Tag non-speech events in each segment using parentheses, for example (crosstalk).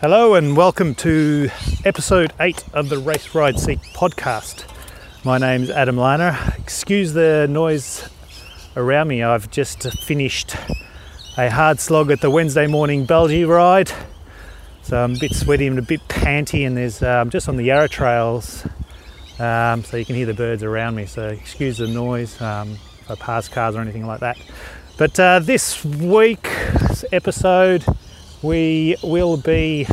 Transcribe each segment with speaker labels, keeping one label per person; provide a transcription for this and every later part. Speaker 1: Hello and welcome to episode 8 of the Race Ride Seek podcast. My name's Adam Liner. Excuse the noise around me, I've just finished a hard slog at the Wednesday morning Belgium ride. So I'm a bit sweaty and a bit panty, and there's um, just on the Yarra trails, um, so you can hear the birds around me. So excuse the noise um, if I pass cars or anything like that. But uh, this week's episode, we will be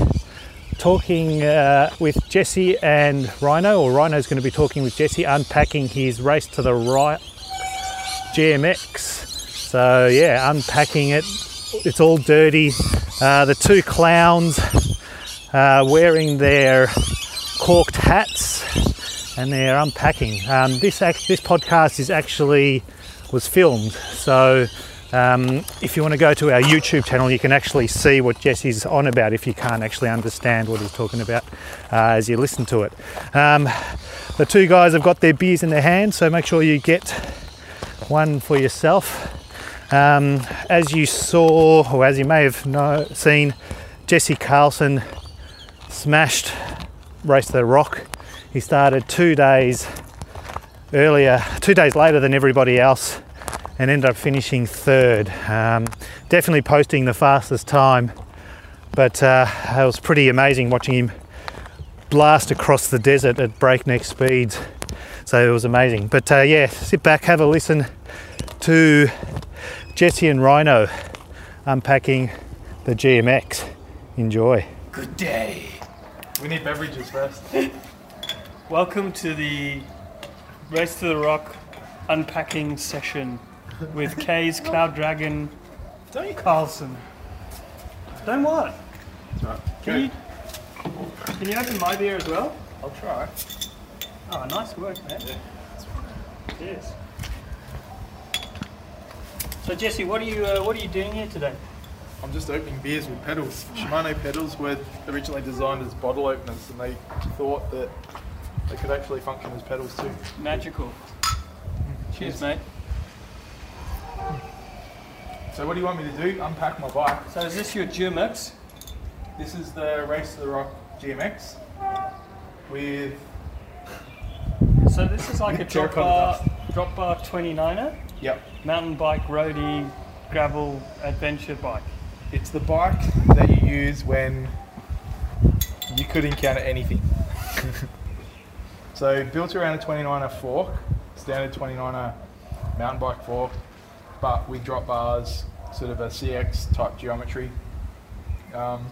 Speaker 1: talking uh, with Jesse and Rhino, or Rhino's going to be talking with Jesse, unpacking his race to the right GMX. So yeah, unpacking it. It's all dirty. Uh, the two clowns uh, wearing their corked hats, and they're unpacking. Um, this act- this podcast is actually was filmed. So um, if you want to go to our YouTube channel, you can actually see what Jesse's on about if you can't actually understand what he's talking about uh, as you listen to it. Um, the two guys have got their beers in their hand, so make sure you get one for yourself. Um, as you saw, or as you may have know, seen, Jesse Carlson smashed Race to the Rock. He started two days earlier, two days later than everybody else, and ended up finishing third. Um, definitely posting the fastest time, but uh, it was pretty amazing watching him blast across the desert at breakneck speeds. So it was amazing. But uh, yeah, sit back, have a listen to Jesse and Rhino unpacking the GMX. Enjoy.
Speaker 2: Good day.
Speaker 3: We need beverages first.
Speaker 4: Welcome to the Race to the Rock unpacking session
Speaker 3: (laughs)
Speaker 4: with Kay's Cloud Dragon
Speaker 3: Don't you?
Speaker 4: Carlson. Don't what? Can
Speaker 3: Good.
Speaker 4: you can you open my beer as well?
Speaker 3: I'll try.
Speaker 4: Oh, nice work, man. Cheers. So Jesse, what are you uh, what are you doing here today?
Speaker 3: I'm just opening beers with pedals. Shimano pedals were originally designed as bottle openers, and they thought that they could actually function as pedals too.
Speaker 4: Magical. Cheers, mate.
Speaker 3: So what do you want me to do? Unpack my bike.
Speaker 4: So is this your GMX?
Speaker 3: This is the Race to the Rock GMX with
Speaker 4: So this is like a
Speaker 3: Terracotta
Speaker 4: drop bar drop bar 29er
Speaker 3: yep.
Speaker 4: mountain bike roadie gravel adventure bike.
Speaker 3: It's the bike that you use when you could encounter anything. (laughs) so built around a 29er fork, standard 29er mountain bike fork, but with drop bars, sort of a CX type geometry. Um,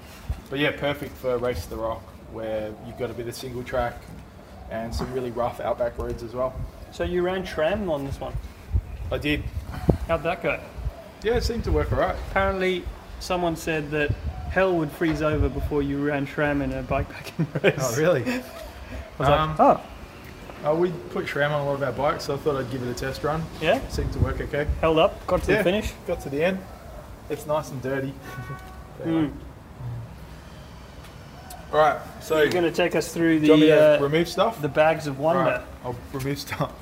Speaker 3: but yeah, perfect for Race to the Rock, where you've got a bit of single track and some really rough outback roads as well.
Speaker 4: So you ran tram on this one.
Speaker 3: I did.
Speaker 4: How'd that go?
Speaker 3: Yeah, it seemed to work alright.
Speaker 4: Apparently, someone said that hell would freeze over before you ran tram in a bikepacking (laughs)
Speaker 3: (laughs)
Speaker 4: race.
Speaker 3: really?
Speaker 4: Oh, I was
Speaker 3: Um,
Speaker 4: like, oh,
Speaker 3: Uh, we put SRAM on a lot of our bikes, so I thought I'd give it a test run.
Speaker 4: yeah,
Speaker 3: Seemed to work okay.
Speaker 4: held up, got to
Speaker 3: Yeah.
Speaker 4: the finish.
Speaker 3: Got to the end. It's nice and dirty. (laughs)
Speaker 4: Mm.
Speaker 3: Hmm. All right, so
Speaker 4: You're going to take us through
Speaker 3: do you want me
Speaker 4: the
Speaker 3: to
Speaker 4: uh,
Speaker 3: remove stuff?
Speaker 4: the bags of
Speaker 3: All
Speaker 4: wonder.
Speaker 3: right, I'll remove
Speaker 4: (laughs)
Speaker 3: stuff.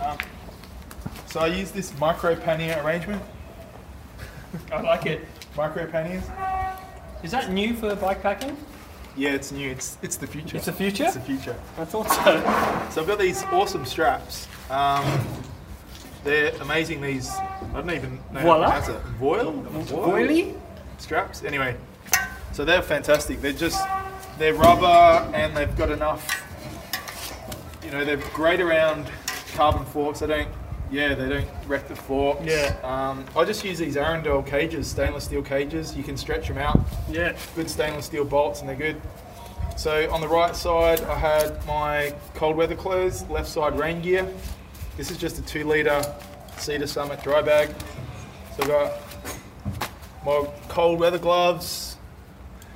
Speaker 3: Um, so I use this micro pannier arrangement.
Speaker 4: I like it.
Speaker 3: Micro panniers.
Speaker 4: Is that new for bikepacking?
Speaker 3: Yeah, it's new. It's it's the future.
Speaker 4: It's the future?
Speaker 3: It's the future.
Speaker 4: I thought so.
Speaker 3: So I've got these awesome straps. Um, they're amazing. These I don't even know
Speaker 4: Voila.
Speaker 3: how to pronounce it. Voil.
Speaker 4: Oily?
Speaker 3: straps. Anyway, so they're fantastic. They're just they're rubber and they've got enough. You know, they're great around carbon forks. They don't. Yeah, they don't wreck the forks.
Speaker 4: Yeah.
Speaker 3: Um, I just use these Arundel cages, stainless steel cages. You can stretch them out.
Speaker 4: Yeah.
Speaker 3: Good stainless steel bolts, and they're good. So on the right side, I had my cold weather clothes. Left side, rain gear. This is just a two-liter Cedar Summit dry bag. So I got my cold weather gloves,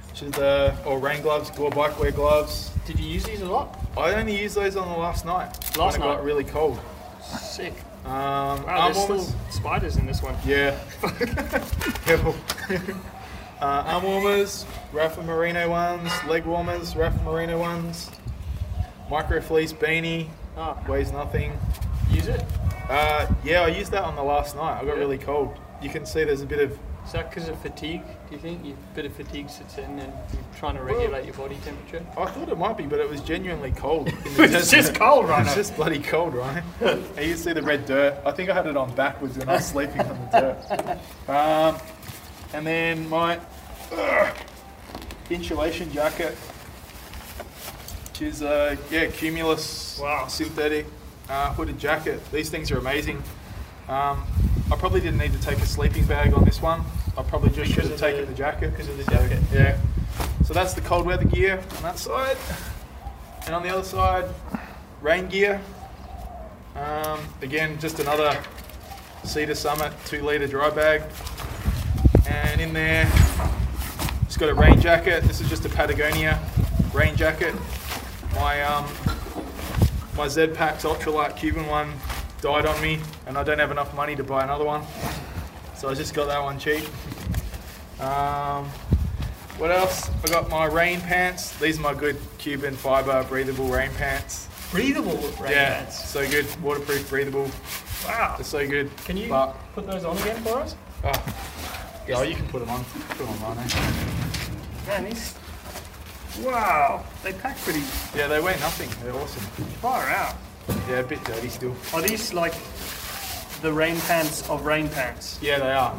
Speaker 3: which is the or rain gloves, gore bike wear gloves.
Speaker 4: Did you use these a lot?
Speaker 3: I only used those on the last night
Speaker 4: Last
Speaker 3: when it
Speaker 4: night?
Speaker 3: got really cold.
Speaker 4: Sick.
Speaker 3: Um,
Speaker 4: Wow,
Speaker 3: arm
Speaker 4: there's still
Speaker 3: warmers.
Speaker 4: spiders in this one.
Speaker 3: Yeah. (laughs) Careful. uh, arm warmers, Rafa Merino ones, leg warmers, Rafa Merino ones, micro fleece beanie,
Speaker 4: Ah,
Speaker 3: weighs nothing.
Speaker 4: use it?
Speaker 3: Uh, yeah, I used that on the last night. I got really cold. You can see there's a bit of
Speaker 4: Is that because of fatigue? Do you think you bit of fatigue sits in and you're trying to regulate your body temperature?
Speaker 3: I thought it might be, but it was genuinely
Speaker 4: (laughs)
Speaker 3: cold. In the
Speaker 4: It's
Speaker 3: desert. (laughs)
Speaker 4: just cold right
Speaker 3: It's
Speaker 4: now.
Speaker 3: just bloody cold, (laughs) right? I used to see the red dirt. I think I had it on backwards when I was sleeping on the dirt. Um, and then my ugh, insulation jacket, which is a yeah Cumulus
Speaker 4: Wow.
Speaker 3: synthetic uh, hooded jacket. These things are amazing. Um, I probably didn't need to take a sleeping bag on this one. I probably just should
Speaker 4: Because
Speaker 3: have
Speaker 4: of
Speaker 3: taken
Speaker 4: the-
Speaker 3: the jacket
Speaker 4: because of the jacket.
Speaker 3: Yeah. So that's the cold weather gear on that side, and on the other side, rain gear. Um, again, just another Cedar Summit two litre dry bag. And in there, it's got a rain jacket. This is just a Patagonia rain jacket. My um, my Z Pax Ultralight Cuban one died on me, and I don't have enough money to buy another one. So I just got that one cheap. Um, what else? I got my rain pants. These are my good Cuban fiber breathable rain pants.
Speaker 4: Breathable rain
Speaker 3: yeah,
Speaker 4: pants.
Speaker 3: so good. Waterproof, breathable.
Speaker 4: Wow.
Speaker 3: They're so good.
Speaker 4: Can you
Speaker 3: But,
Speaker 4: put those on again for us?
Speaker 3: oh, yeah, you can put them on. Put 'em on, eh? mate.
Speaker 4: Man, these. Wow. They pack pretty
Speaker 3: Yeah, they weigh nothing. They're awesome.
Speaker 4: far out.
Speaker 3: Yeah, a bit dirty still.
Speaker 4: Are these like the rain pants of rain pants?
Speaker 3: Yeah, they are.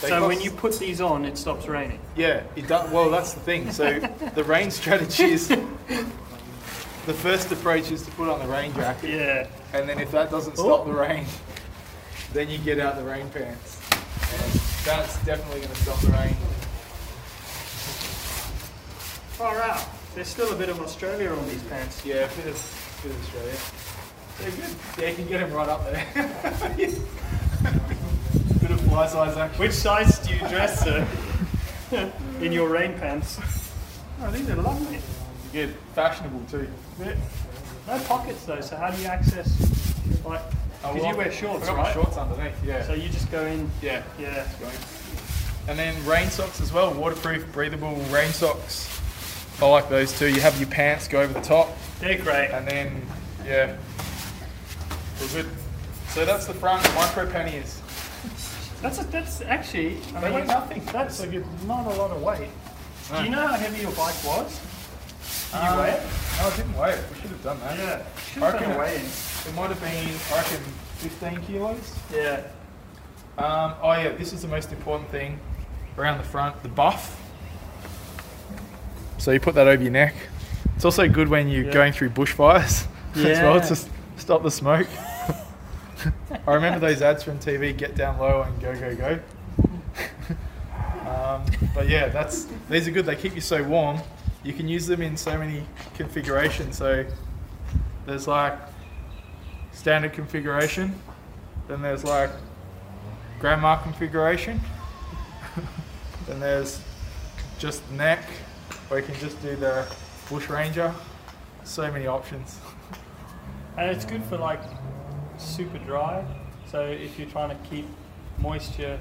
Speaker 3: They
Speaker 4: so
Speaker 3: cost-
Speaker 4: when you put these on, it stops raining.
Speaker 3: Yeah, it does. Well, that's the thing.
Speaker 4: (laughs)
Speaker 3: So the rain strategy is the first approach is to put on the rain jacket,
Speaker 4: Yeah.
Speaker 3: and then if that doesn't stop the rain, (laughs) then you get out the rain pants. And that's definitely going to stop the rain.
Speaker 4: Far out. There's still a bit of Australia on these pants.
Speaker 3: Yeah, bit of, bit of Australia. They're good. Yeah, you can get them right up there. (laughs) bit of fly size eh? action.
Speaker 4: Which size do you dress, sir? (laughs) In your rain pants? Oh, these are lovely.
Speaker 3: Good. Fashionable too.
Speaker 4: No pockets though, so how do you access? Like, because you wear shorts,
Speaker 3: Oh, I got
Speaker 4: right?
Speaker 3: my shorts underneath. Yeah.
Speaker 4: So you just go in.
Speaker 3: yeah.
Speaker 4: Yeah.
Speaker 3: And then rain socks as well, waterproof, breathable rain socks. I like those too. You have your pants go over the top,
Speaker 4: They're great.
Speaker 3: and then yeah, we're good. So that's the front micro panniers.
Speaker 4: That's a, that's actually. I
Speaker 3: They
Speaker 4: mean,
Speaker 3: weigh nothing.
Speaker 4: That's a good, not a lot of weight. Do you
Speaker 3: No.
Speaker 4: know how heavy your bike was? Did you
Speaker 3: Um,
Speaker 4: weigh it?
Speaker 3: No, I didn't weigh it. We should have done that.
Speaker 4: Uh, Yeah. Should
Speaker 3: I
Speaker 4: have
Speaker 3: reckon
Speaker 4: done a
Speaker 3: it-
Speaker 4: weigh in.
Speaker 3: It might have been, I reckon, 15 kilos.
Speaker 4: Yeah.
Speaker 3: Um, oh yeah, this is the most important thing around the front, the buff. So you put that over your neck. It's also good when you're
Speaker 4: Yeah.
Speaker 3: going through bushfires (laughs) as
Speaker 4: Yeah.
Speaker 3: well to s- stop the smoke. (laughs) I remember those ads from TV: "Get down low and go go go." (laughs) um, but yeah, that's these are good. They keep you so warm. You can use them in so many configurations. So there's like standard configuration, then there's like grandma configuration. then there's just neck, or you can just do the bush ranger. So many options.
Speaker 4: And it's good for like super dry. So if you're trying to keep moisture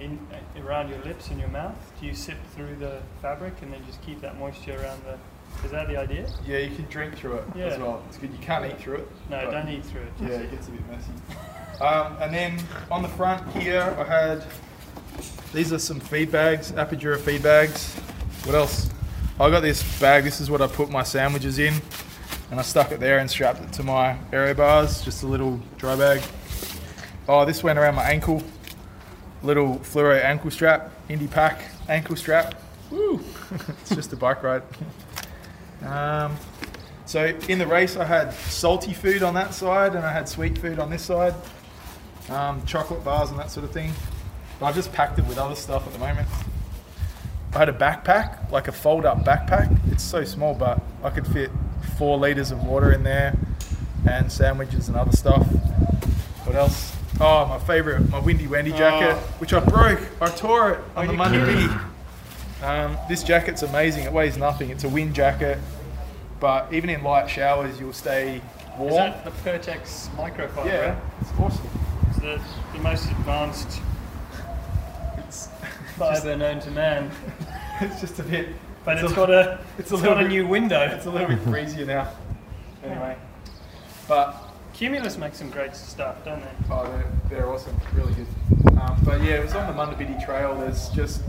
Speaker 4: in around your lips and your mouth, do you sip through the fabric and then just keep that moisture around the? Is that the idea?
Speaker 3: Yeah, you can drink through it
Speaker 4: Yeah.
Speaker 3: as well. It's good. You can't eat through it.
Speaker 4: No,
Speaker 3: but-
Speaker 4: don't eat through it.
Speaker 3: Yeah, it gets a bit messy. Um, and then on the front here, I had these are some feed bags, Apogura feed bags. What else? I got this bag. This is what I put my sandwiches in, and I stuck it there and strapped it to my aero bars. Just a little dry bag. Oh, this went around my ankle. Little fluoro ankle strap, indie pack ankle strap. Woo! (laughs) it's just a bike ride. (laughs) Um, so in the race, I had salty food on that side, and I had sweet food on this side, um, chocolate bars and that sort of thing. But I've just packed it with other stuff at the moment. I had a backpack, like a fold-up backpack. It's so small, but I could fit four liters of water in there, and sandwiches and other stuff. What else? Oh, my favorite, my Windy Wendy jacket,
Speaker 4: Oh.
Speaker 3: which I broke. I tore it on
Speaker 4: Are
Speaker 3: the
Speaker 4: you
Speaker 3: Monday.
Speaker 4: kidding?
Speaker 3: Um, this jacket's amazing. It weighs nothing. It's a wind jacket, but even in light showers, you'll stay warm.
Speaker 4: Is that the Pertex microfiber?
Speaker 3: yeah, it's awesome.
Speaker 4: It's the, the most advanced
Speaker 3: It's,
Speaker 4: fiber known to man.
Speaker 3: (laughs) it's just a bit.
Speaker 4: But
Speaker 3: it's
Speaker 4: it's
Speaker 3: a-
Speaker 4: got a
Speaker 3: it's
Speaker 4: it's,
Speaker 3: a
Speaker 4: got
Speaker 3: little
Speaker 4: a new window.
Speaker 3: It's a little bit breezier now. Anyway, but
Speaker 4: Cumulus makes some great stuff, don't they?
Speaker 3: Oh, they're, they're awesome, really good. Um, but yeah, it was on the Mundabidi Trail. There's just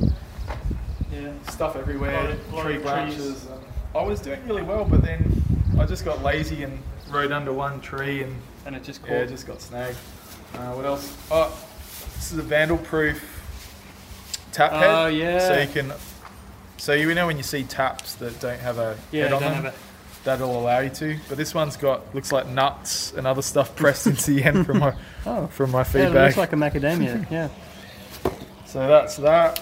Speaker 4: Yeah.
Speaker 3: stuff everywhere,
Speaker 4: Lot of- lot
Speaker 3: tree
Speaker 4: of trees.
Speaker 3: branches. And I was doing really well, but then I just got lazy and rode under one tree and
Speaker 4: And it just caught.
Speaker 3: yeah, just got snagged. Uh, what else? Oh, this is a vandal proof tap head.
Speaker 4: Oh, yeah.
Speaker 3: So you can, so you know when you see taps that don't have a
Speaker 4: yeah,
Speaker 3: head on
Speaker 4: don't
Speaker 3: them,
Speaker 4: have it.
Speaker 3: that'll allow you to. But this one's got looks like nuts and other stuff pressed into the end from my
Speaker 4: (laughs) Oh,
Speaker 3: from my
Speaker 4: yeah,
Speaker 3: feedback.
Speaker 4: it looks like a macadamia. (laughs) yeah.
Speaker 3: so that's that.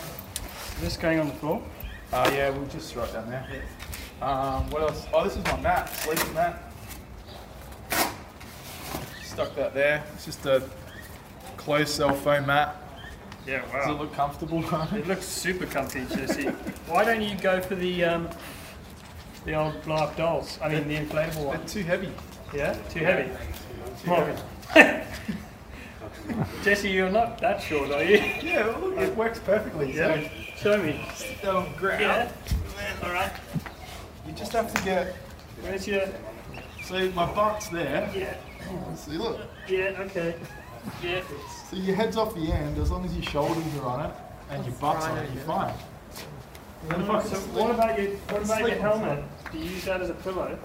Speaker 4: This going on the floor.
Speaker 3: Uh, yeah, we'll just write down there. Um, what else? Oh, this is my mat, sleeping mat. Stuck that there. It's just a closed cell foam mat.
Speaker 4: Yeah,
Speaker 3: Does it look comfortable?
Speaker 4: It looks super comfy, Jesse. Why don't you go for the um, the old blow up dolls? I mean, the inflatable
Speaker 3: They're
Speaker 4: one.
Speaker 3: too heavy.
Speaker 4: Yeah, too heavy. Morgan. (laughs) Jesse, you're not that short, are you?
Speaker 3: (laughs) Yeah, well, look, it works perfectly.
Speaker 4: Yeah. Show me.
Speaker 3: So stick that on ground.
Speaker 4: Yeah. All right.
Speaker 3: You just have to get.
Speaker 4: Where's your?
Speaker 3: So my butt's there.
Speaker 4: Yeah.
Speaker 3: See, look.
Speaker 4: Yeah. Okay. Yeah.
Speaker 3: So your head's off the end as long as your shoulders are on it and your butt's on it, you're fine.
Speaker 4: So what about your what about your
Speaker 3: Sleep on
Speaker 4: helmet? Do you use that as a pillow?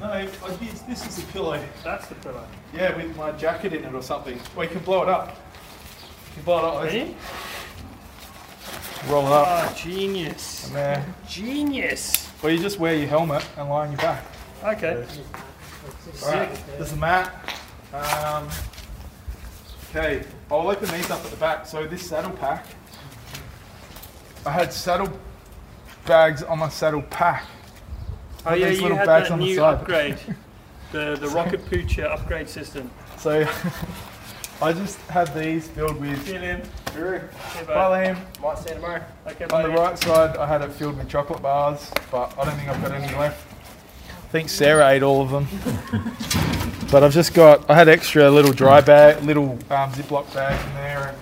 Speaker 3: No, I use this as a pillow.
Speaker 4: That's the pillow.
Speaker 3: Yeah, with my jacket in it or something. Well, you can blow it up. You can blow it up.
Speaker 4: Ready?
Speaker 3: Roll it up.
Speaker 4: Oh, genius.
Speaker 3: And there.
Speaker 4: Genius.
Speaker 3: Well, you just wear your helmet and lie on your back.
Speaker 4: Okay.
Speaker 3: Alright, there's a mat. Um, okay, I'll open these up at the back. So this saddle pack, I had saddle bags on my saddle pack.
Speaker 4: Oh
Speaker 3: With
Speaker 4: yeah,
Speaker 3: these
Speaker 4: you
Speaker 3: little
Speaker 4: had
Speaker 3: bags
Speaker 4: that
Speaker 3: on the
Speaker 4: new
Speaker 3: side. (laughs)
Speaker 4: upgrade, the the rocket poocher upgrade system.
Speaker 3: So (laughs) I just had these filled with.
Speaker 4: Feeling
Speaker 3: Bye,
Speaker 4: bud.
Speaker 3: Liam.
Speaker 2: Might see you tomorrow.
Speaker 4: okay,
Speaker 3: On the
Speaker 4: buddy.
Speaker 3: right side, I had it filled with chocolate bars, but I don't think I've got any left. I think Sarah ate all of them. but I've just got, I had extra little dry bag, little um, Ziploc bags in there,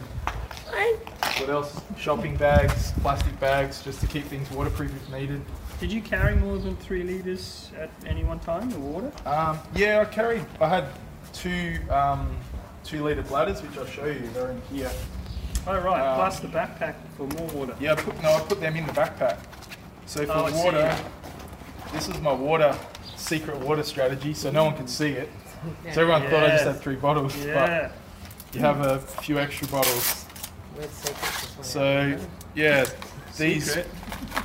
Speaker 3: and what else? Shopping bags, plastic bags, just to keep things waterproof if needed.
Speaker 4: Did you carry more than three liters at any one time of water?
Speaker 3: Um, yeah, I carried, I had two um, two litre bladders, which I'll show you, they're in here.
Speaker 4: Oh right,
Speaker 3: Um,
Speaker 4: plus the backpack for more water.
Speaker 3: Yeah, I put, no, I put them in the backpack. So for
Speaker 4: Oh, I see.
Speaker 3: water, this is my water secret water strategy, so no one can see
Speaker 4: (laughs)
Speaker 3: it. So everyone thought I just
Speaker 4: Yeah.
Speaker 3: had three bottles,
Speaker 4: Yeah.
Speaker 3: but you have a few extra bottles.
Speaker 2: Let's see if this one.
Speaker 3: So yeah, these.
Speaker 4: Secret.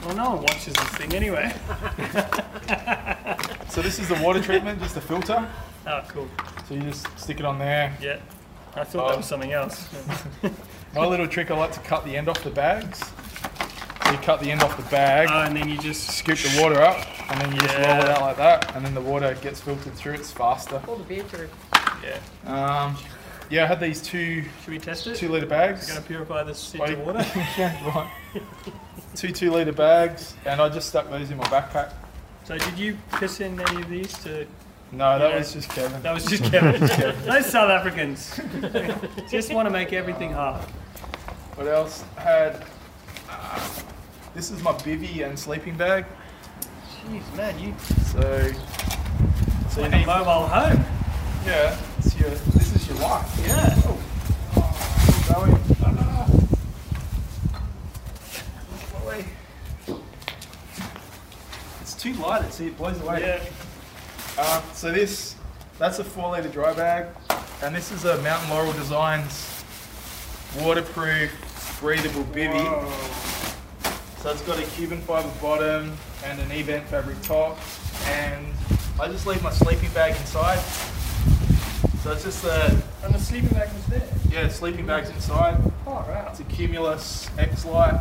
Speaker 4: Well, no one watches this thing anyway. (laughs)
Speaker 3: So this is the water treatment, just a filter.
Speaker 4: Oh, cool.
Speaker 3: So you just stick it on there.
Speaker 4: Yeah. I thought
Speaker 3: Oh.
Speaker 4: that was something else.
Speaker 3: My little trick, I like to cut the end off the bags. So you cut the end off the bag,
Speaker 4: oh, and then you just
Speaker 3: scoop the water up, and then you just roll it
Speaker 4: Yeah.
Speaker 3: out like that, and then the water gets filtered through. It's faster.
Speaker 2: All the beer through.
Speaker 4: Yeah.
Speaker 3: Um, yeah, I had these two
Speaker 4: Should we test it?
Speaker 3: two litre
Speaker 4: We're
Speaker 3: bags.
Speaker 4: gonna purify this into
Speaker 3: Like-
Speaker 4: water.
Speaker 3: (laughs) yeah, right. Two two litre bags, and I just stuck those in my backpack.
Speaker 4: So did you piss in any of these to?
Speaker 3: No, that
Speaker 4: Yeah.
Speaker 3: was just Kevin.
Speaker 4: That was
Speaker 3: (laughs)
Speaker 4: just Kevin. Those South Africans (laughs) just want to make everything hard.
Speaker 3: What else? Had uh, this is my bivy and sleeping bag.
Speaker 4: Jeez, man, you
Speaker 3: So, so you
Speaker 4: like a
Speaker 3: need,
Speaker 4: mobile home.
Speaker 3: yeah, it's your, this is your life.
Speaker 4: Yeah.
Speaker 3: Oh, That way, ah. That way. It's too light. It see, it blows away.
Speaker 4: Yeah.
Speaker 3: Uh, so this, that's a four litre dry bag, and this is a Mountain Laurel Designs waterproof, breathable bivy. So it's got a Cuban fibre bottom and an event fabric top, and I just leave my sleeping bag inside. So it's just a
Speaker 4: And the sleeping bag was there.
Speaker 3: yeah sleeping bags inside.
Speaker 4: Oh, wow.
Speaker 3: It's a Cumulus X Lite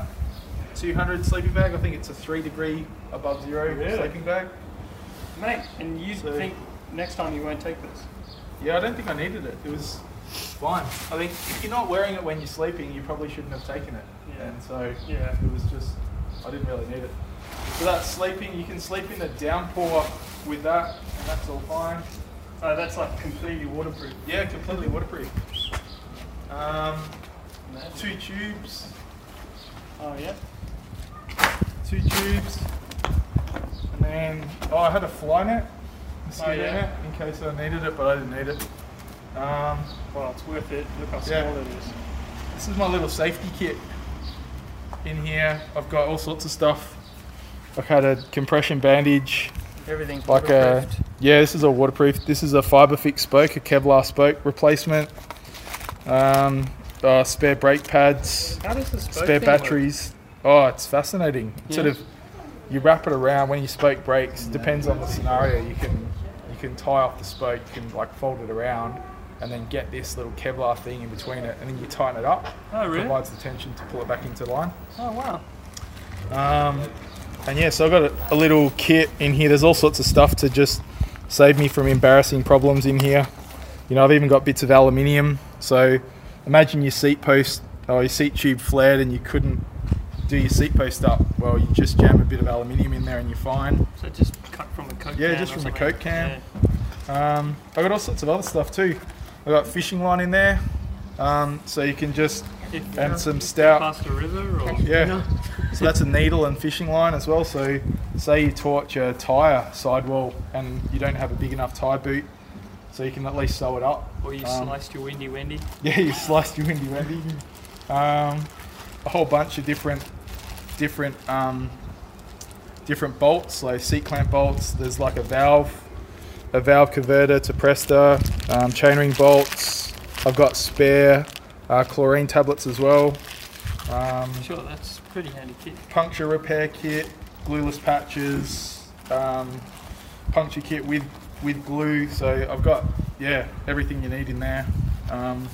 Speaker 3: 200 sleeping bag. I think it's a three degree above zero
Speaker 4: Really?
Speaker 3: sleeping bag.
Speaker 4: Mate, and you
Speaker 3: So-
Speaker 4: think next time you won't take this?
Speaker 3: Yeah, I don't think I needed it. It was fine. I think if you're not wearing it when you're sleeping, you probably shouldn't have taken it.
Speaker 4: Yeah.
Speaker 3: And so
Speaker 4: Yeah.
Speaker 3: it was just, I didn't really need it. So that's sleeping. You can sleep in a downpour with that, and that's all fine.
Speaker 4: Oh, that's like completely waterproof.
Speaker 3: Yeah, completely waterproof. Um, two tubes,
Speaker 4: Oh, yeah?
Speaker 3: two tubes, and then oh, I had a fly net, mosquito
Speaker 4: yeah. Oh,
Speaker 3: net, in case I needed it, but I didn't need it. Um,
Speaker 4: Well, it's worth it. Look how small
Speaker 3: Yeah.
Speaker 4: it is.
Speaker 3: This is my little safety kit. In here, I've got all sorts of stuff. I've had a compression bandage,
Speaker 2: Everything's
Speaker 3: like a yeah. This is a waterproof. This is a fiberfix spoke, a Kevlar spoke replacement. Um, uh, spare brake pads,
Speaker 4: How does the spoke
Speaker 3: spare
Speaker 4: thing work?
Speaker 3: batteries. Oh, it's fascinating. It Sort
Speaker 4: Yeah.
Speaker 3: of, you wrap it around when your spoke breaks. Depends on the scenario. You can you can tie off the spoke. You can like fold it around, and then get this little Kevlar thing in between it, and then you tighten it up
Speaker 4: Oh, really? Oh,
Speaker 3: provides the tension to pull it back into line.
Speaker 4: wow.
Speaker 3: Um, and yeah, so I've got a, a little kit in here. There's all sorts of stuff to just save me from embarrassing problems in here. You know, I've even got bits of aluminium. So imagine your seat post or your seat tube flared and you couldn't do your seat post up. Well, you just jam a bit of aluminium in there and you're fine.
Speaker 4: So just cut from a Coke
Speaker 3: Yeah,
Speaker 4: can
Speaker 3: just
Speaker 4: or
Speaker 3: from a
Speaker 4: something.
Speaker 3: Coke can.
Speaker 4: Yeah.
Speaker 3: Um, I've got all sorts of other stuff too. I've got fishing line in there. Um, so you can just,
Speaker 4: If uh,
Speaker 3: and
Speaker 4: you're
Speaker 3: some stout.
Speaker 4: past a river or...
Speaker 3: Yeah. So that's a needle and fishing line as well. So say you torch a tire sidewall and you don't have a big enough tie boot, so you can at least sew it up.
Speaker 4: Or
Speaker 3: (laughs)
Speaker 4: you
Speaker 3: Um,
Speaker 4: sliced your Windy Wendy.
Speaker 3: Yeah, you sliced your windy wendy. Um, a whole bunch of different, different, um, different bolts, like seat clamp bolts. There's like a valve, a valve converter to Presta, um, chainring bolts. I've got spare uh, chlorine tablets as well. Um,
Speaker 4: Sure, that's pretty handy kit.
Speaker 3: puncture repair kit, glueless patches, um, puncture kit with with glue. So I've got yeah everything you need in there. Um,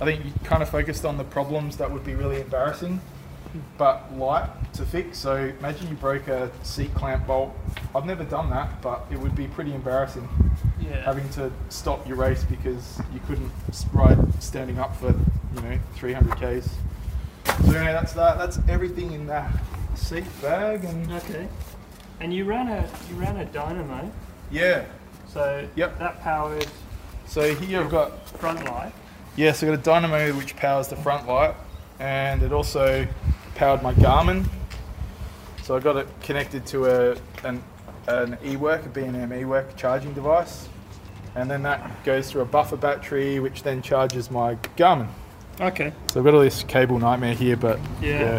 Speaker 3: I think you kind of focused on the problems that would be really embarrassing, but light to fix. So imagine you broke a seat clamp bolt. I've never done that, but it would be pretty embarrassing
Speaker 4: Yeah.
Speaker 3: having to stop your race because you couldn't s- ride standing up for you know 300 k's. So anyway, that's that. That's everything in that seat bag, and
Speaker 4: Okay. And you ran a you ran a dynamo,
Speaker 3: yeah.
Speaker 4: so
Speaker 3: Yep.
Speaker 4: that powered
Speaker 3: So here I've got
Speaker 4: front light.
Speaker 3: yeah. So I've got a dynamo which powers the front light, and it also powered my Garmin. So I got it connected to a an an eWork, a B&M eWork charging device, and then that goes through a buffer battery, which then charges my Garmin.
Speaker 4: Okay.
Speaker 3: So I've got all this cable nightmare here, but
Speaker 4: Yeah.
Speaker 3: yeah,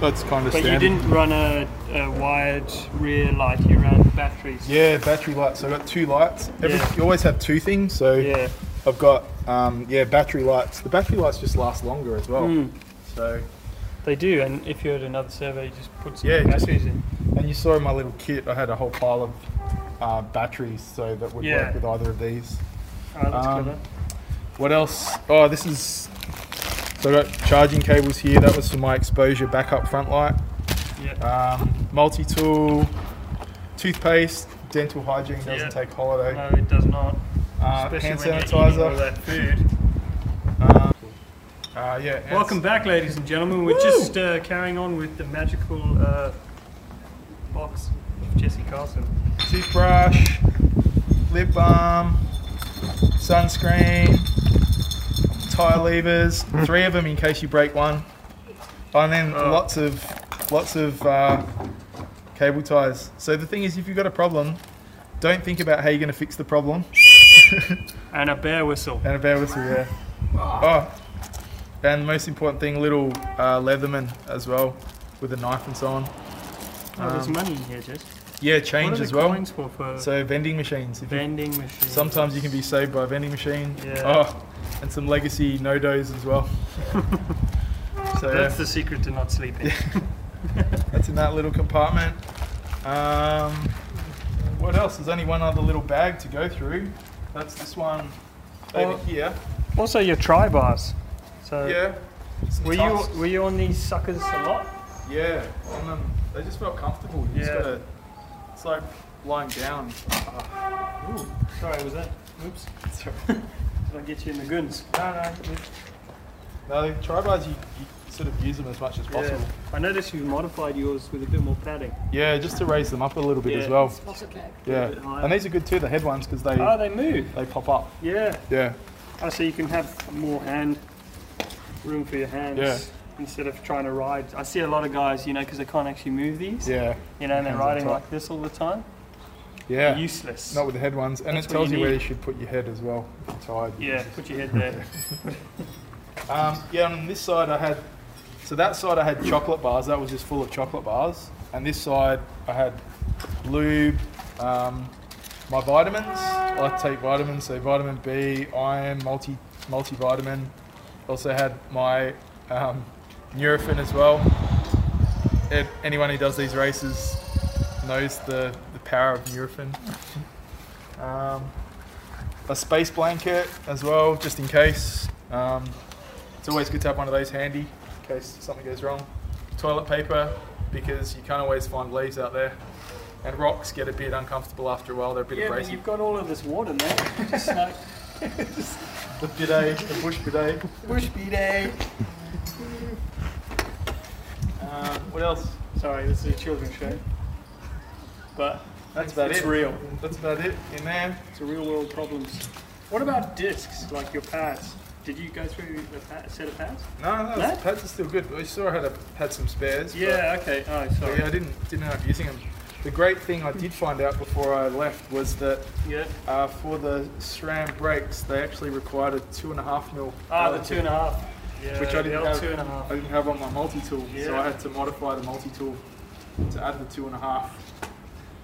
Speaker 3: that's kind of
Speaker 4: But you
Speaker 3: standard.
Speaker 4: didn't run a, a wired rear light. You ran batteries.
Speaker 3: Yeah, battery lights. So I've got two lights. Every,
Speaker 4: Yeah.
Speaker 3: You always have two things. So
Speaker 4: Yeah.
Speaker 3: I've got um, yeah battery lights. The battery lights just last longer as well.
Speaker 4: Mm.
Speaker 3: So
Speaker 4: They do, and if you had another survey, you just put some
Speaker 3: Yeah, just-
Speaker 4: batteries in.
Speaker 3: and you saw in my little kit, I had a whole pile of uh, batteries so that would
Speaker 4: Yeah.
Speaker 3: work with either of these.
Speaker 4: Oh, that's
Speaker 3: Um,
Speaker 4: clever.
Speaker 3: What else? Oh, this is. So I got charging cables here. That was for my exposure backup front light.
Speaker 4: Yeah.
Speaker 3: Um, multi tool, toothpaste, dental hygiene doesn't
Speaker 4: Yeah.
Speaker 3: take holiday.
Speaker 4: no, it does not.
Speaker 3: uh,
Speaker 4: Especially
Speaker 3: hand
Speaker 4: when you're eating all
Speaker 3: sanitizer.
Speaker 4: that food.
Speaker 3: Uh, uh, yeah. and-
Speaker 4: Welcome back, ladies and gentlemen. We're
Speaker 3: Woo!
Speaker 4: just uh, carrying on with the magical uh, box of Jesse Carson.
Speaker 3: Toothbrush, lip balm, sunscreen, tire levers. Three of them in case you break one, and then
Speaker 4: Oh.
Speaker 3: lots of lots of uh, cable ties. So the thing is, if you've got a problem, don't think about how you're going to fix the problem.
Speaker 4: And a bear whistle.
Speaker 3: And a bear whistle, yeah. Oh, and the most important thing, little uh, Leatherman as well, with a knife and so on.
Speaker 4: Oh, there's
Speaker 3: Um,
Speaker 4: money in here, Jess.
Speaker 3: Yeah,
Speaker 4: what are
Speaker 3: change
Speaker 4: the
Speaker 3: as well.
Speaker 4: coins for? For
Speaker 3: So vending machines. If you,
Speaker 4: vending machines.
Speaker 3: sometimes you can be saved by a vending machine.
Speaker 4: Yeah.
Speaker 3: Oh, and some legacy no dos as
Speaker 4: (laughs)
Speaker 3: well. so yeah,
Speaker 4: That's the secret to not sleeping.
Speaker 3: that's in that little compartment. Um, what else? There's only one other little bag to go through. That's this one over
Speaker 4: Oh.
Speaker 3: here.
Speaker 4: also, your tri bars. So
Speaker 3: Yeah. Some
Speaker 4: were
Speaker 3: tusks.
Speaker 4: you were you on these suckers a lot?
Speaker 3: Yeah, on them. They just felt comfortable. You
Speaker 4: Yeah.
Speaker 3: just gotta. It's like lying down.
Speaker 4: Ooh, sorry, was that?
Speaker 3: (laughs)
Speaker 4: Oops.
Speaker 3: It's all
Speaker 4: (laughs) Did I get you in the goons?
Speaker 3: right. No, no. No, tri bars, you, you sort of use them as much as possible.
Speaker 4: I noticed you modified yours with a bit more padding.
Speaker 3: Yeah, just to raise them up a little bit as
Speaker 4: Yeah.
Speaker 3: well.
Speaker 4: A
Speaker 3: Yeah.
Speaker 4: bit higher.
Speaker 3: And these are good too, the head ones, because they,
Speaker 4: Oh, they move.
Speaker 3: they pop up.
Speaker 4: Yeah.
Speaker 3: Yeah.
Speaker 4: Oh, so you can have more hand room for your hands
Speaker 3: Yeah.
Speaker 4: instead of trying to ride. I see a lot of guys, you know, because they can't actually move these.
Speaker 3: Yeah.
Speaker 4: You know, and they're
Speaker 3: Hands on
Speaker 4: riding
Speaker 3: top.
Speaker 4: like this all the time.
Speaker 3: Yeah.
Speaker 4: Useless.
Speaker 3: Not with the head ones. And
Speaker 4: That's
Speaker 3: it
Speaker 4: what
Speaker 3: tells
Speaker 4: you
Speaker 3: you, where
Speaker 4: need.
Speaker 3: you should put your head as well. If you're tired. you
Speaker 4: yeah,
Speaker 3: can just-
Speaker 4: put your head there.
Speaker 3: (laughs) Um, yeah, on this side I had, so that side I had chocolate bars. That was just full of chocolate bars. And this side I had lube, um, my vitamins. I like to take vitamins, so vitamin B, iron, multi multivitamin. Also had my um, Nurofen as well. If anyone who does these races knows the, the power of Nurofen. Um, a space blanket as well, just in case. Um, it's always good to have one of those handy in case something goes wrong. Toilet paper, because you can't always find leaves out there. And rocks get a bit uncomfortable after a while, they're a bit
Speaker 4: yeah, but
Speaker 3: abrasive.
Speaker 4: you've got all of this water now. (laughs) Just like
Speaker 3: The bidet, the bush bidet.
Speaker 4: bush bidet.
Speaker 3: Um, what else?
Speaker 4: Sorry, this is a children's show. But
Speaker 3: That's
Speaker 4: it's,
Speaker 3: about
Speaker 4: it's
Speaker 3: it.
Speaker 4: real.
Speaker 3: That's about it in there.
Speaker 4: It's a real world problems. What about discs, like your pads? Did you go through a pa- set of pads?
Speaker 3: No, no,
Speaker 4: No?
Speaker 3: the pads are still good. I saw I had, a, had some spares. but-
Speaker 4: Yeah, okay. Oh,
Speaker 3: but
Speaker 4: sorry.
Speaker 3: yeah, I didn't, didn't end up using them. The great thing I did find out before I left was that
Speaker 4: Yeah.
Speaker 3: uh, for the SRAM brakes, they actually required a two and a half mil.
Speaker 4: Ah,
Speaker 3: Allen
Speaker 4: the two and a half. Yeah,
Speaker 3: which I didn't
Speaker 4: the old
Speaker 3: have.
Speaker 4: two and a half.
Speaker 3: I didn't have on my multi-tool, so
Speaker 4: Yeah.
Speaker 3: I had to modify the multi-tool to add the two and a half.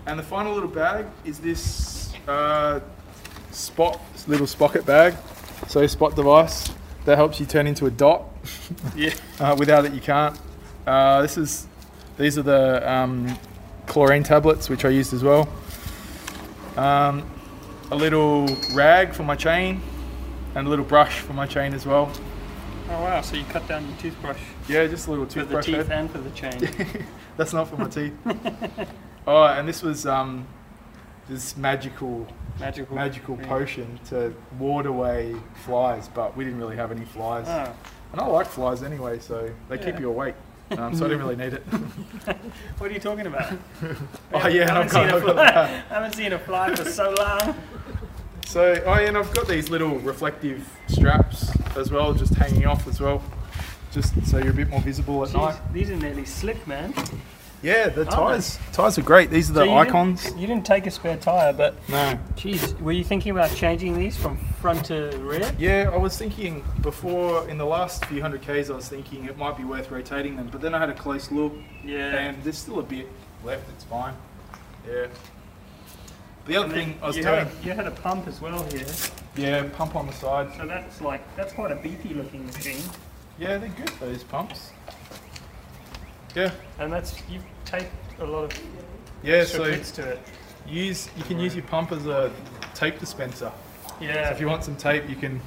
Speaker 3: And the final little bag is this uh, spot, this little sprocket bag. So spot device that helps you turn into a dot.
Speaker 4: Yeah.
Speaker 3: Uh, without it, you can't. Uh, this is, these are the um, chlorine tablets which I used as well. Um, a little rag for my chain, and a little brush for my chain as well.
Speaker 4: Oh wow, so you cut down your toothbrush
Speaker 3: Yeah, just a little
Speaker 4: for the
Speaker 3: toothbrush
Speaker 4: teeth eh?
Speaker 3: head.
Speaker 4: and for the chain.
Speaker 3: (laughs) That's not for my
Speaker 4: (laughs)
Speaker 3: teeth. oh, and this was um, this magical,
Speaker 4: Magical.
Speaker 3: magical
Speaker 4: yeah.
Speaker 3: potion to ward away flies, but we didn't really have any flies.
Speaker 4: Oh,
Speaker 3: And I like flies anyway, so they keep
Speaker 4: Yeah.
Speaker 3: you awake. Um, so I didn't really need it.
Speaker 4: what are you
Speaker 3: (laughs)
Speaker 4: talking about?
Speaker 3: oh yeah, and
Speaker 4: I haven't,
Speaker 3: I've
Speaker 4: seen
Speaker 3: got,
Speaker 4: a
Speaker 3: I've got
Speaker 4: fly,
Speaker 3: that.
Speaker 4: haven't seen a fly for so long.
Speaker 3: (laughs) So oh, yeah, and I've got these little reflective straps as well, just hanging off as well, just so you're a bit more visible at night.
Speaker 4: Jeez, these are nearly slick, man.
Speaker 3: Yeah, the
Speaker 4: Aren't
Speaker 3: ties ties are great. These are the
Speaker 4: So you didn't-
Speaker 3: icons.
Speaker 4: you didn't take a spare tire, but
Speaker 3: No.
Speaker 4: Jeez, were you thinking about changing these from front to rear?
Speaker 3: Yeah, I was thinking before in the last few hundred k's, I was thinking it might be worth rotating them, but then I had a close look,
Speaker 4: Yeah.
Speaker 3: and there's still a bit left. It's fine. Yeah. The other
Speaker 4: And
Speaker 3: thing
Speaker 4: then
Speaker 3: I was
Speaker 4: you
Speaker 3: doing,
Speaker 4: had, a, you had a pump as well here, so
Speaker 3: yeah, pump on the side.
Speaker 4: that's like that's quite a beefy looking machine,
Speaker 3: Yeah, they're good those pumps. Yeah,
Speaker 4: and that's you've taped a lot of
Speaker 3: yeah.
Speaker 4: extra
Speaker 3: So
Speaker 4: bits to it.
Speaker 3: use you can use your pump as a tape dispenser. So
Speaker 4: Yeah.
Speaker 3: if you want some tape, you can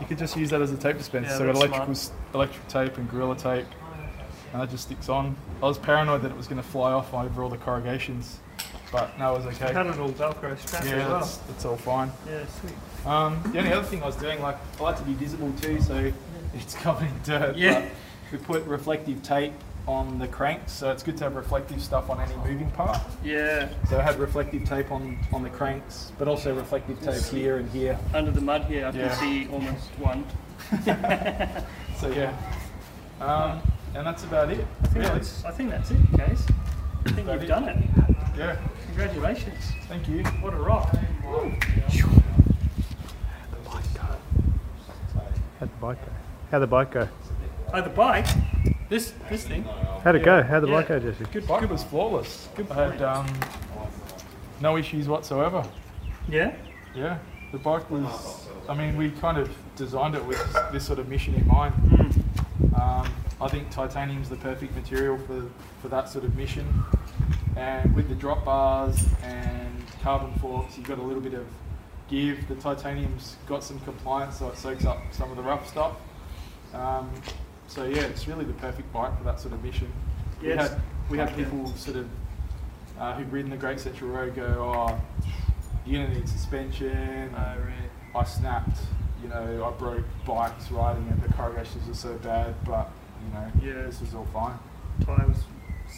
Speaker 3: you could just use that as a tape dispenser.
Speaker 4: Yeah,
Speaker 3: so
Speaker 4: that's
Speaker 3: electrical s electric tape and gorilla tape, and that just sticks on. I was paranoid that it was going to fly off over all the corrugations, but no, it was okay.
Speaker 4: Had it all Velcro strap
Speaker 3: yeah, that's,
Speaker 4: as well.
Speaker 3: that's all fine.
Speaker 4: Yeah, sweet.
Speaker 3: Um, the only other thing I was doing, like I like to be visible too, so (laughs) it's covered in dirt.
Speaker 4: Yeah.
Speaker 3: But we put reflective tape on the cranks, so it's good to have reflective stuff on any moving part.
Speaker 4: Yeah,
Speaker 3: So I had reflective tape on on the cranks, but also reflective tape here and here.
Speaker 4: under the mud here, I
Speaker 3: Yeah.
Speaker 4: can see almost one.
Speaker 3: So yeah, um, and that's about it.
Speaker 4: I think,
Speaker 3: really.
Speaker 4: that's, I think that's it, guys. I think
Speaker 3: That
Speaker 4: you've
Speaker 3: it?
Speaker 4: done it.
Speaker 3: Yeah,
Speaker 4: Congratulations.
Speaker 3: thank you.
Speaker 4: What a rock. Oh,
Speaker 1: How'd the bike go? How'd the bike go?
Speaker 4: Oh, the bike. This this thing.
Speaker 1: How'd it go? How'd the
Speaker 4: Yeah.
Speaker 1: bike go, Jesse?
Speaker 3: Good bike was flawless. Good I had um, no issues whatsoever.
Speaker 4: Yeah.
Speaker 3: Yeah, the bike was. I mean, we kind of designed it with this sort of mission in mind.
Speaker 4: Mm.
Speaker 3: Um, I think titanium's the perfect material for for that sort of mission. And with the drop bars and carbon forks, you've got a little bit of give. The titanium's got some compliance, so it soaks up some of the rough stuff. Um, so yeah, it's really the perfect bike for that sort of mission. We
Speaker 4: Yes.
Speaker 3: had we had
Speaker 4: Okay.
Speaker 3: people sort of uh, who've ridden the Great Central Road go, oh, you're gonna need suspension. I snapped, you know, I broke bikes riding it. The corrugations were so bad, but you know,
Speaker 4: Yeah.
Speaker 3: this was all fine.
Speaker 4: Tie was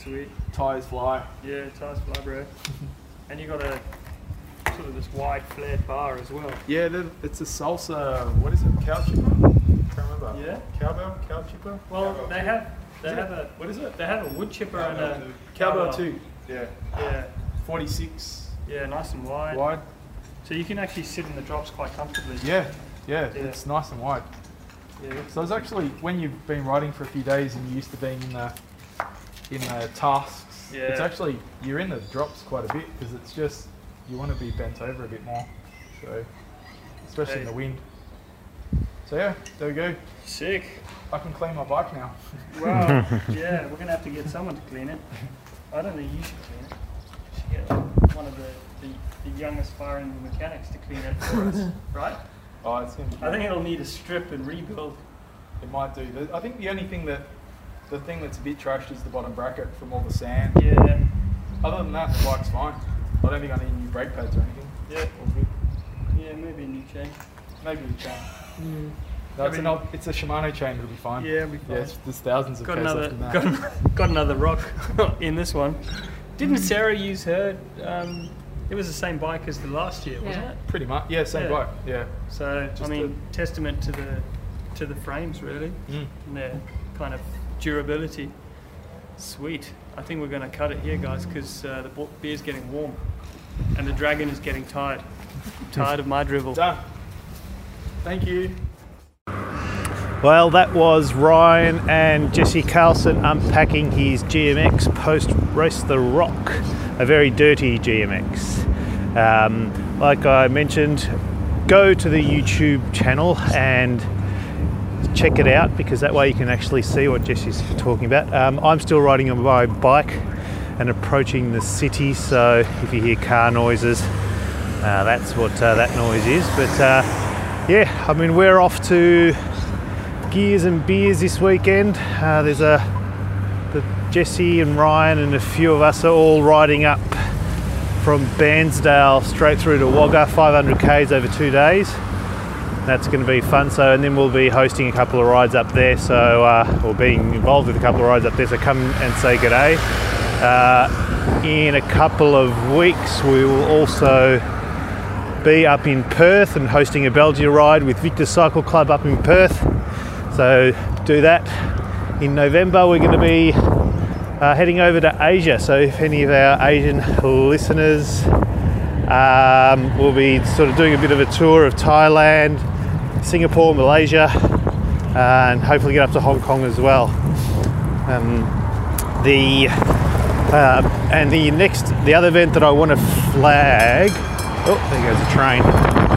Speaker 4: sweet.
Speaker 3: Tires fly.
Speaker 4: Yeah, ties fly, bro.
Speaker 3: Mm-hmm.
Speaker 4: and you got a sort of this wide flared bar as well.
Speaker 3: Yeah, the- it's a salsa. What is it? Cow chipper? Can't remember.
Speaker 4: Yeah.
Speaker 3: Cowbell. Cow chipper.
Speaker 4: Well, they have they
Speaker 3: Is it?
Speaker 4: have a
Speaker 3: What is it?
Speaker 4: they have a wood chipper and a
Speaker 3: Cowbell two. Yeah.
Speaker 4: Yeah.
Speaker 3: Forty six.
Speaker 4: Yeah, nice and wide.
Speaker 3: Wide?
Speaker 4: So you can actually sit in the drops quite comfortably.
Speaker 3: Yeah, yeah,
Speaker 4: Yeah.
Speaker 3: it's nice and wide.
Speaker 4: Yeah.
Speaker 3: So it's actually when you've been riding for a few days and you're used to being in the in the tasks, it's
Speaker 4: Yeah.
Speaker 3: actually you're in the drops quite a bit because it's just you want to be bent over a bit more. So especially in
Speaker 4: Hey.
Speaker 3: the wind. So yeah, there we go.
Speaker 4: Sick.
Speaker 3: I can clean my bike now.
Speaker 4: Wow. yeah, we're gonna have to get someone to clean it. I don't think you should clean it. You should get like, one of the, the, the young aspiring mechanics to clean it for us, right?
Speaker 3: Oh, it's gonna be
Speaker 4: I think it'll need a strip and rebuild.
Speaker 3: it might do. The- I think the only thing that the thing that's a bit trashed is the bottom bracket from all the sand.
Speaker 4: Yeah.
Speaker 3: Other than that, the bike's fine. I don't think I need new brake pads or anything.
Speaker 4: Yeah.
Speaker 3: All good.
Speaker 4: Yeah, maybe a new chain.
Speaker 3: Maybe a chain. No, it's, an old, it's a Shimano chain. It'll be fine.
Speaker 4: Yeah, it'll be
Speaker 3: Yeah,
Speaker 4: fine.
Speaker 3: it's- there's thousands of
Speaker 4: Got
Speaker 3: Ks
Speaker 4: another
Speaker 3: left in that.
Speaker 4: got, an- got another rock (laughs) in this one. Didn't Sarah use her? Um, it was the same bike as the last year, wasn't
Speaker 2: Yeah.
Speaker 4: it?
Speaker 3: Pretty much. Yeah, same
Speaker 4: Yeah.
Speaker 3: bike. Yeah.
Speaker 4: So I
Speaker 3: Just
Speaker 4: mean, testament to the to the frames really
Speaker 3: Mm.
Speaker 4: and their kind of durability. Sweet. I think we're going to cut it here, guys, because uh, the bo- beer's getting warm and the dragon is
Speaker 3: (laughs)
Speaker 4: getting tired. tired of my drivel.
Speaker 3: Done. Thank you.
Speaker 1: Well, that was Ryan and Jesse Carlson unpacking his GMX post Race the Rock, a very dirty GMX. Um, like I mentioned, go to the YouTube channel and check it out because that way you can actually see what Jesse's talking about. Um, I'm still riding on my bike and approaching the city, so if you hear car noises, uh, that's what uh, that noise is. But uh, yeah, I mean, we're off to gears and beers this weekend. Uh, there's a the, Jesse and Ryan and a few of us are all riding up from Bansdale straight through to Wagga, 500 k's over two days. That's going to be fun. So, and then we'll be hosting a couple of rides up there. So, uh, or being involved with a couple of rides up there. So, come and say good day. Uh, in a couple of weeks, we will also be up in Perth and hosting a Belgia ride with Victor Cycle Club up in Perth. So do that. In November, we're going to be uh, heading over to Asia. So if any of our Asian listeners um, will be sort of doing a bit of a tour of Thailand, Singapore, Malaysia, uh, and hopefully get up to Hong Kong as well. Um, the uh, and the next, the other event that I want to flag. Oh, there goes a train.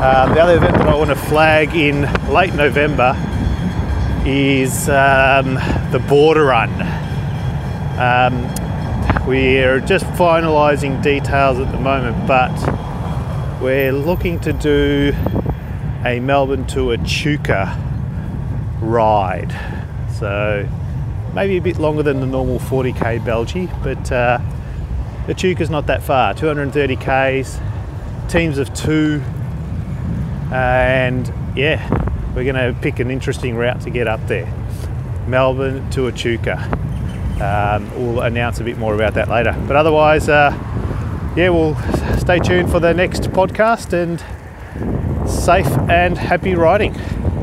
Speaker 1: Uh, the other event that I want to flag in late November is um, the border run. Um, we're just finalising details at the moment, but we're looking to do a Melbourne to Echuca ride. So maybe a bit longer than the normal 40k Belgian, but uh, Echuca's not that far 230k's, teams of two, Uh, and yeah, we're going to pick an interesting route to get up there. Melbourne to Echuca. Um, we'll announce a bit more about that later. But otherwise, uh, yeah, we'll stay tuned for the next podcast and safe and happy riding.